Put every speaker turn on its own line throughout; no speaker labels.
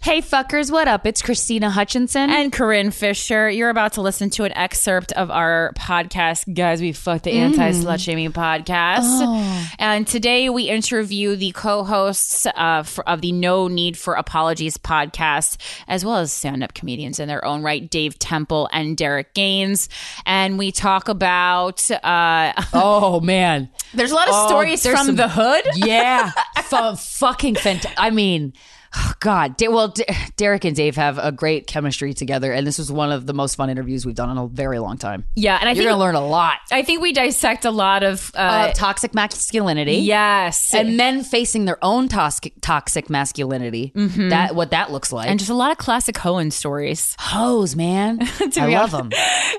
Hey fuckers, what up? It's Christina Hutchinson.
and Corinne Fisher. You're about to listen to an excerpt of our podcast, guys. We fucked the
Mm.
anti slut shaming podcast,
Oh.
and today we interview the co-hosts uh, for, of the No Need for Apologies podcast, as well as stand-up comedians in their own right, Dave Temple and Derek Gaines, and we talk about. Uh,
oh man.
there's a lot of
Oh,
stories
there's
from
some-
the hood.
Yeah. F- fucking fantastic. I mean, oh, God. Da- well, D- Derek and Dave have a great chemistry together, and this was one of the most fun interviews we've done in a very long time.
Yeah, and I
You're
think
going to learn a lot
I think we dissect a lot of.
of
Uh,
toxic masculinity.
Yes,
And men facing their own toxic toxic masculinity. That what that looks like.
Mm-hmm. and just a lot of classic Hohen stories.
hoes, man. I
be
love
honest.
them.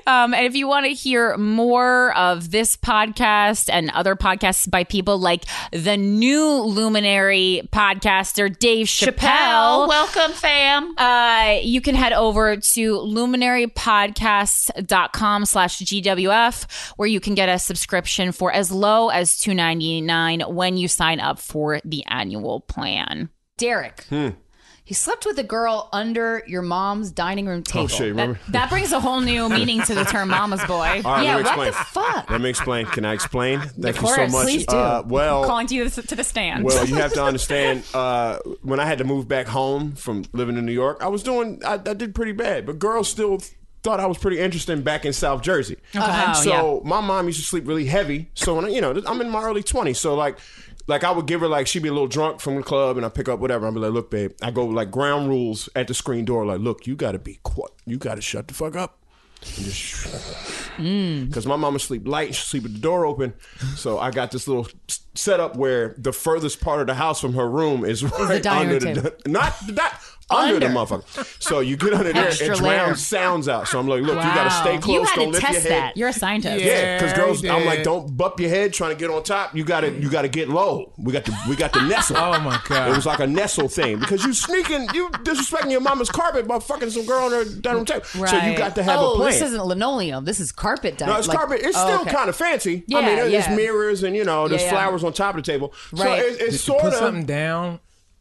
Um, and if you want to hear more of this podcast and other podcasts by people like the new luminary podcaster Dave Chappelle,
welcome fam.
uh, you can head over to luminarypodcasts.com slash GWF where you can get a subscription for as low as two ninety nine when you sign up for the annual plan.
Derek.
Hmm.
He slept with a girl under your mom's dining room table.
Oh, shit, remember?
That brings a whole new meaning to the term mama's boy.
All right,
yeah,
let me
what
explain.
the fuck?
Let me explain. Can I explain? Thank you
course,
so much.
please do.
Uh, well,
Calling to you to the stand.
well, you have to understand. Uh, when I had to move back home from living in New York, I was doing. I, I did pretty bad, but girls still thought I was pretty interesting back in South Jersey.
Oh,
So my mom used to sleep really heavy. So when I, you know, I'm in my early 20s. So like, like I would give her like she'd be a little drunk from the club, and I pick up whatever. I'd be like, look, babe, I go like ground rules at the screen door. Like, look, you gotta be quiet. You gotta shut the fuck up. And just because my mama sleep light, she sleep with the door open. So I got this little s- setup where the furthest part of the house from her room is right
dining
under
room
the not that under, the motherfucker. So you get under there,
Extra
it
layer.
drowns sounds out. So I'm like, look, you gotta stay close.
you had
don't
to
lift
test
your head.
that.
You're a scientist.
Yeah, because girls, I'm like, don't bump your head trying to get on top. You gotta, you gotta get low. We got the, we got the nestle.
Oh, my God.
It was like a nestle thing because you sneaking, you disrespecting your mama's carpet by fucking some girl on her dining room table. So you
Right.
got to have
oh,
a plan.
this isn't linoleum. This is carpet oh, dining.
No, it's carpet. It's still kind of fancy. I
Yeah,
mean, there's
yeah.
mirrors and you know, there's
Yeah, yeah.
flowers on top of the table.
Right.
So it,
Did
it's
you
sort
put
of.
something down?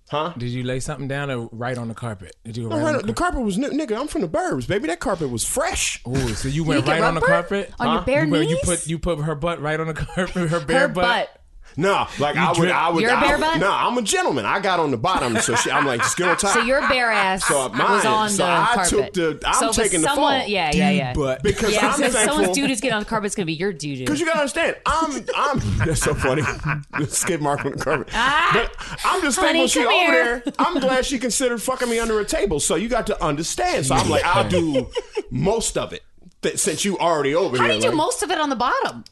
Huh?
Did you lay something down or right on the carpet? Did you go
No,
right
no,
on
no,
the
the carpet was new, nigga. I'm from the burbs, baby. That carpet was fresh.
carpet? Ooh, so you went
get
right on the
rubber
carpet
on your bare
you, went- You
knees?
put you put her butt right on the carpet. Her bare
Her
butt.
butt.
No, like I would,
drip-
I would.
You're a
I
bare
would-
butt?
No, I'm a gentleman. I got on the bottom, so she, I'm like, just get on top.
So your bare ass
So mine,
was on
so
the
I
carpet.
took the- I'm
so if
taking the
someone,
fall.
Yeah, yeah, yeah.
Butt.
because
yeah,
I'm
so if
thankful.
someone's dude is getting on the carpet, it's gonna be your dude.
Because you gotta understand, I'm I'm that's so funny. The Skid mark on the carpet. but I'm just
Ah. Honey,
thankful she
come
over
here.
there. I'm glad she considered fucking me under a table. So you got to understand. So I'm like, I'll do most of it th- since you already over
How do
here.
you do
like-
most of it on the bottom?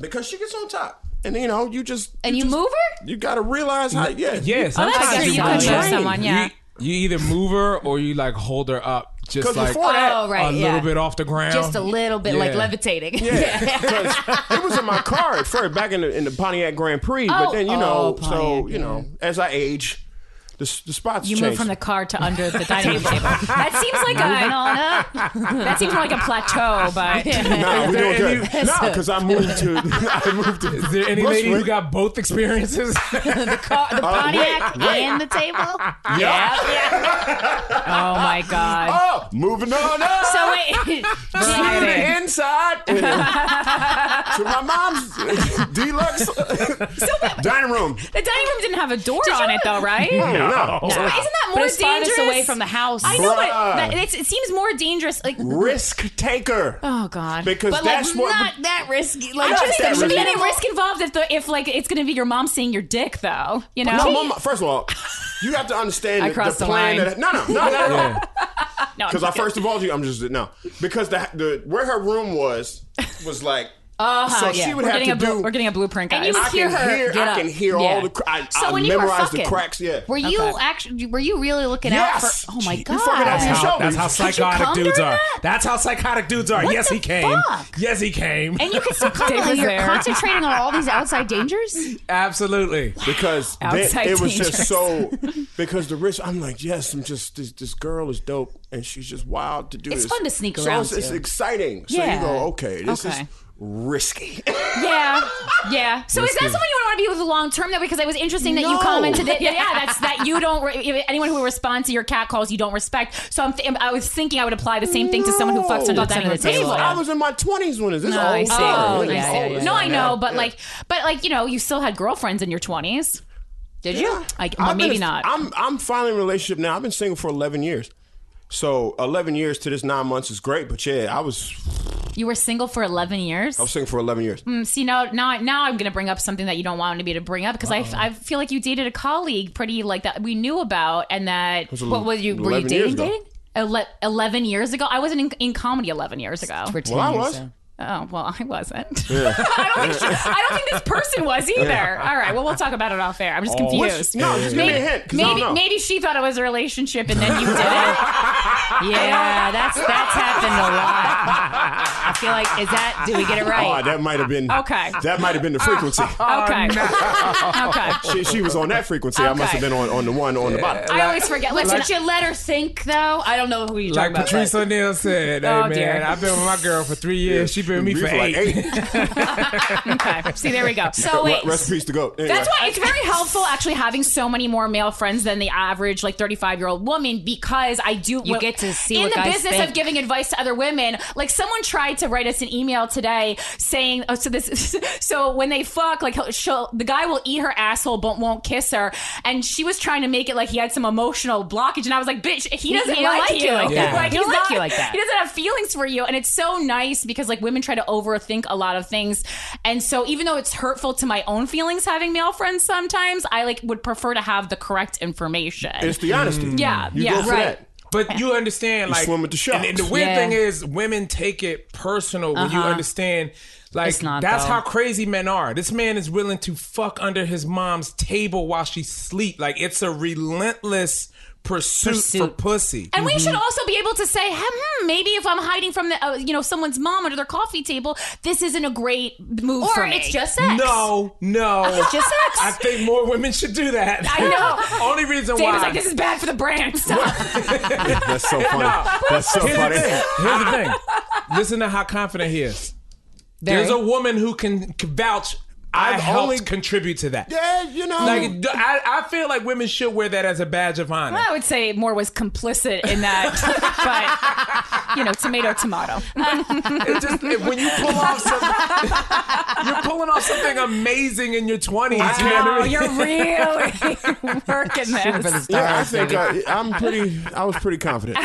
because she gets on top, and you know, you just
And you
just-
move her?
You gotta realize how. Yeah,
Yeah,
Oh, that's
sometimes
true.
you
You
can
could
move her.
show
train.
someone, yeah.
You, you either move her or you like hold her up, just
Because
like
before that,
Oh, right,
a
yeah.
little bit off the ground.
Just a little bit, like
Yeah.
levitating.
Yeah, 'cause it was in my car at first, back in the, in the Pontiac Grand Prix.
Oh,
but then you know,
oh,
so
Pontiac,
you know, as I age, the, s- the spots
You
change.
move from the car to under the dining room table. That seems like
Moving
a
on up.
that seems more like a plateau, but
Nah, we doing
any-
good. Nah, because I moved to I moved to.
Is there any
Bushwick.
lady who got both experiences?
Car, the
Uh, wait,
Pontiac
wait.
and the table.
yeah. Oh my god.
Oh, moving on up
So wait,
to
Jaden.
the inside to my mom's deluxe dining room.
the dining room didn't have a door on it though, right?
No,
So isn't that
But
more
it's farthest
dangerous
away from the house.
I know, but
Bruh.
that, it's, it seems more dangerous. Like
risk taker.
oh god.
Because
but like
that's what
not that risky.
I
Like
don't
Not
think there
that
should be
risky.
any risk involved if the if like it's gonna be your mom seeing your dick though. You know?
No, mama, first of all, you have to understand
I
the,
crossed the
the plan.
line.
That, no, no, no, no, no.
Yeah.
No, I'm
Because I
just
first of all, I'm just no. Because the the where her room was was like. Uh-huh, so
yeah.
she would
kidding. we're getting
have to
a
do.
blu- we're getting a blueprint, guys.
And you would
I
hear
can
her
hear.
get
I
up.
can hear
Yeah.
all the. Cr- I,
So
I
when you were
memorized the
fucking,
cracks. Yeah.
Were you
Okay.
actually? Were you really looking
Yes.
out for? Oh my
You
god!
fucking out
That's
your
how,
shoulders.
that's how
Could you
psychotic
come
dudes
during
are.
that?
That's how psychotic dudes are. yes,
the
he came.
fuck?
Yes, he came.
and you can still come
Dave
like,
was
you're
there.
concentrating on all these outside dangers.
Absolutely.
because they-
Outside
it was
dangerous.
just so because the risk I'm like yes I'm just this, this girl is dope and she's just wild to do
It's
this
fun to sneak
so
around
it's, it's
to.
exciting so
Yeah.
you go okay this
Okay.
is risky.
Yeah, yeah. So is that someone you want to be with long term though? Because it was interesting that you
No.
commented that yeah, that's that you don't re- if anyone who responds to your cat calls you don't respect. So I'm th- I was thinking I would apply the same thing to someone who fucks
No.
on the
That's
dining
under
room
the table,
table.
yeah.
I was in my twenties when this is
No,
old
I see.
Oh,
Oh,
story.
yeah,
It's
yeah,
old
yeah,
no,
now.
I know, but
Yeah.
like, but like, you know, you still had girlfriends in your twenties. Did you? Like, well,
I've been
maybe
in-
not.
I'm I'm finally in a relationship now. I've been single for eleven years. So eleven years to this nine months is great, but yeah, I was
you were single for eleven years.
I was single for eleven years.
Hmm.
See now, now, now I'm gonna bring up something that you don't want me to bring up because I, I feel like you dated a colleague pretty like that we knew about and that
was a
what was you were you
11
dating
years ago.
dating Ele- eleven years ago. I wasn't in, in comedy eleven years ago.
For 10
Well, I
years,
was.
so.
Oh well, I wasn't. I, don't think she- I don't think this person was either. All right, well we'll talk about it off air. I'm just confused.
Oh. What's- No, just give me a hint. 'cause I don't
Maybe
know.
maybe she thought it was a relationship and then you did it.
Yeah, that's that's happened a lot. I feel like is that do we get it
Oh,
right?
that might have been
Okay.
That might have been the frequency.
Okay. okay.
she, she was on that frequency. I must
Okay.
have been on, on the one on the bottom.
I always forget. Listen,
Did you let her think though? I don't know who you're
Like
talking
Patrice
about.
O'Neill said, hey,
Oh,
man,
dear.
I've been with my girl for three years. She been with me for eight.
okay. See, there we go. So
So
wait.
recipes to go. Anyway.
That's why it's very helpful actually having so many more male friends than the average like 35 year old woman because I do
You get to see
in
what
the
guys
business
think.
of giving advice to other women. Like someone tried to write us an email today saying oh, so this so when they fuck like he'll- she'll the guy will eat her asshole but won't kiss her and she was trying to make it like he had some emotional blockage and I was like bitch he doesn't
he don't
like,
like
you
you like that. He
he's
don't like
not-
you like that.
he doesn't have feelings for you and it's so nice because like women try to overthink a lot of things and so even though it's hurtful to my own feelings having male friends sometimes i like would prefer to have the correct information
It's the honesty.
Mm.
yeah
You
yeah
go for
right
that.
But you understand, like,
swim with the sharks.
And, and the weird
Yeah. Uh-huh.
thing is, women take it personal when you understand. Like,
It's not,
that's
though.
how crazy men are. This man is willing to fuck under his mom's table while she sleep. Like, it's a relentless pursuit, for
Pursuit.
pussy.
and we should also be able to say, hmm, maybe if I'm hiding from the, uh, you know, someone's mom under their coffee table, this isn't a great move
Or
for me.
it's just sex.
No, no.
It's just sex.
I think more women should do that.
I
Only reason
Dave
why.
was like, this is bad for the brand. Stop.
That's so funny. That's so
Here's the
funny.
thing. Here's the thing. Listen to how confident he is. There's a woman who can can vouch. i
I've
helped
only-
contribute to that.
Yeah, you know.
Like d- I, I feel like women should wear that as a badge of honor.
I would say more was complicit in that, but you know, tomato, tomato.
It just it- when you pull off some, you're pulling off something amazing in your twenties. You know what I
Wow,
mean?
you're really working
Shooting for
this.
the stars,
yeah, I think
baby.
I, I'm pretty. I was pretty confident.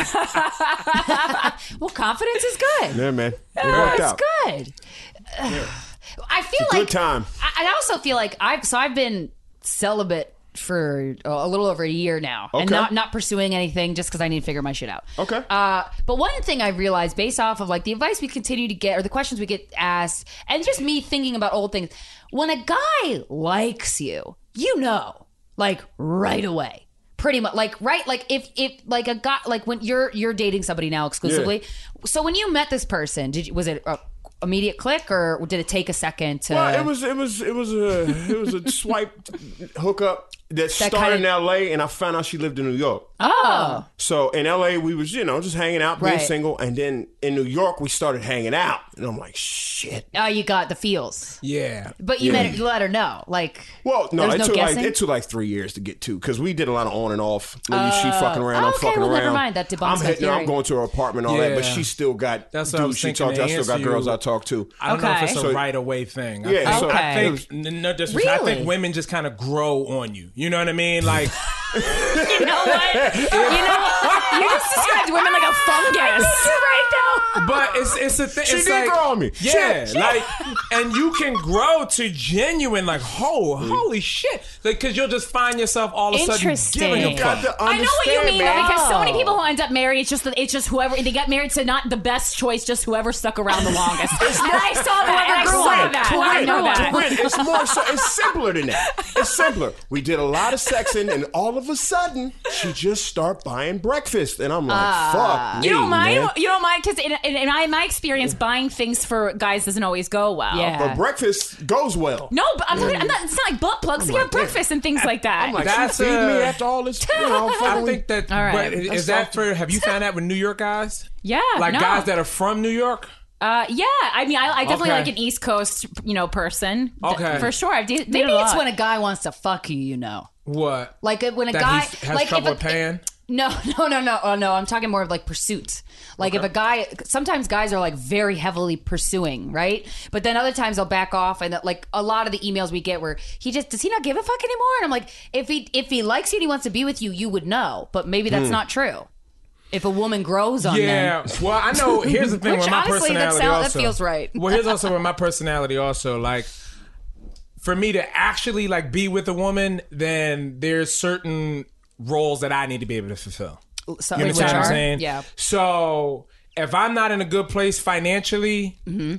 well, confidence is good.
Yeah, man. It worked
That's
out.
good. I feel
Good
like
time.
I, I also feel like I've so I've been celibate for uh, a little over a year now, and
Okay.
not not pursuing anything just because I need to figure my shit out.
Okay.
Uh, but one thing I realized based off of like the advice we continue to get or the questions we get asked, and just me thinking about old things, when a guy likes you, you know, like right away. Pretty much, like right, like if if like a guy, like when you're you're dating somebody now exclusively. So when you met this person, did you, was it a immediate click or did it take a second to?
Well, Uh, it was it was it was a it was a swipe hookup that, started
kinda-
in L.A. and I found out she lived in New York.
oh,
So in LA, we was you know just hanging out, being
Right.
single, and then in New York, we started hanging out, and I'm like, shit.
oh, you got the feels,
Yeah.
but you met, you let her know, like.
Well, no,
There's
it
no
took
guessing?
like it took like three years to get to because we did a lot of on and off. Maybe she fucking around, I'm
Uh, okay,
fucking
well,
around.
never mind, that debunks
I'm
my
hitting her, I'm
theory.
going to her apartment, all that, but
Yeah.
she still got
That's what I was
dudes she talked
thinking
to. I
to
still got
answer
girls
you.
I talk to.
I don't know if it's
Okay.
a right away thing. I
Yeah,
think-
so
Okay.
I think n- no disrespect. I
Really?
think women just kind of grow on you. You know what I mean? Like
You know what? You know what? You just described women like a fungus. right now.
But it's it's a thing.
She
it's
did
like,
grow on me.
Yeah,
Shit.
like, and you can grow to genuine, like, oh,
Mm.
holy shit, like, because you'll just find yourself all of a sudden giving
Interesting.
a
You got
fuck.
to
I know what you
understand,
mean
man.
though, because so many
Oh.
people who end up married, it's just that it's just whoever they got married to not the best choice, just whoever stuck around the longest. and I saw that. And I
grew
saw
up.
that.
Whoever
I know
grew up.
that.
Brent, it's more so it's simpler than that. It's simpler. We did a lot of sexing and all of a sudden she just start buying breakfast and I'm like, fuck.
Ah. You
me,
don't mind?
man.
You don't mind? Because in, in, in my, my experience, buying things for guys doesn't always go well.
Yeah.
But breakfast goes well.
No, but I'm talking. I'm not, it's not like butt
Oh
plugs. You have breakfast and things like that.
Like,
That's
she feed
a-
me after all this. You know,
I
fucking-
think that.
All right.
But is that for? Have you found that with New York guys?
Yeah,
like
no.
guys that are from New York.
Uh, yeah, I mean, I, I definitely
Okay.
like an East Coast, you know, person. D-
Okay.
for sure. I've dated,
Maybe it's when
when
a guy wants to fuck you, you know.
What?
Like if- when a
that
guy
he has
like
trouble
if a,
paying.
No, no, no, no. Oh no, I'm talking more of like pursuit. Like if a guy sometimes guys are like very heavily pursuing, right? But then other times they'll back off and like a lot of the emails we get where he just does he not give a fuck anymore? And I'm like, if he if he likes you and he wants to be with you, you would know. But maybe that's not true. If a woman grows on them.
Yeah. Well, I know. Here's the thing
Which
with my
honestly, that
personality.
sound- that
also,
feels right.
Well, here's also with my personality. Also, like for me to actually like be with a woman, then there's certain roles that I need to be able to fulfill.
So,
You
which
understand what
are-
I'm saying?
Yeah.
So if I'm not in a good place financially,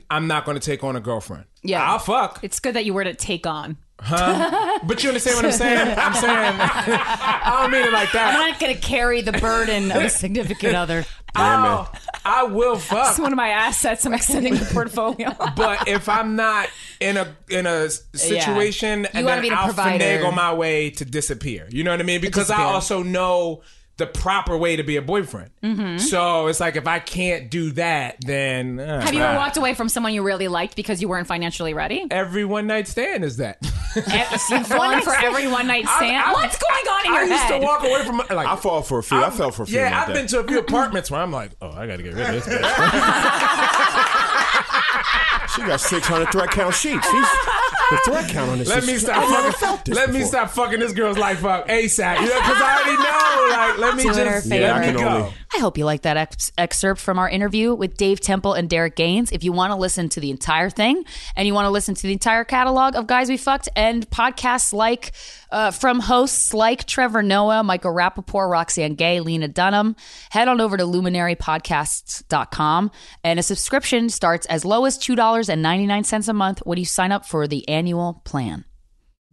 I'm not going to take on a girlfriend.
Mm-hmm. Yeah.
I'll fuck.
it's good that you were to take on.
But you understand what I'm saying? I'm saying I don't mean it like that.
I'm not gonna carry the burden of a significant other.
I'll- I will fuck.
It's one of my assets. I'm extending the portfolio.
but if I'm not in a in a s- situation,
You
and
wanna
then
be the
I'll
provider.
finagle my way to disappear. You know what I mean? Because I
disappear.
also know the proper way to be a boyfriend.
Mm-hmm.
So it's like if I can't do that, then uh,
Have you ever walked away from someone you really liked because you weren't financially ready?
Every one night stand is that.
You've fallen for every one night stand.
I- I-
What's going on in
I
your
used
head?
to walk away from like
I fall for a few. i fell for a few.
Yeah,
like
I've
that.
been to a few apartments where I'm like, oh, I got to get rid of this. Bitch.
She got 600 threat count sheets. She's, the threat count on this.
Let
is-
me
I've never
stop.
felt
Fucking,
this
let me
before.
stop fucking this girl's life up ASAP. You know, because I already know. Like, let me
Twitter,
just
Yeah,
I
let me
can
go.
only-
I hope you like that ex- excerpt from our interview with Dave Temple and Derek Gaines. If you want to listen to the entire thing and you want to listen to the entire catalog of Guys We Fucked and podcasts like uh, from hosts like Trevor Noah, Michael Rappaport, Roxanne Gay, Lena Dunham, head on over to luminarypodcasts.com. And a subscription starts as low as $2.99 a month when you sign up for the annual plan.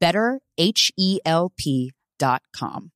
betterhelp.com.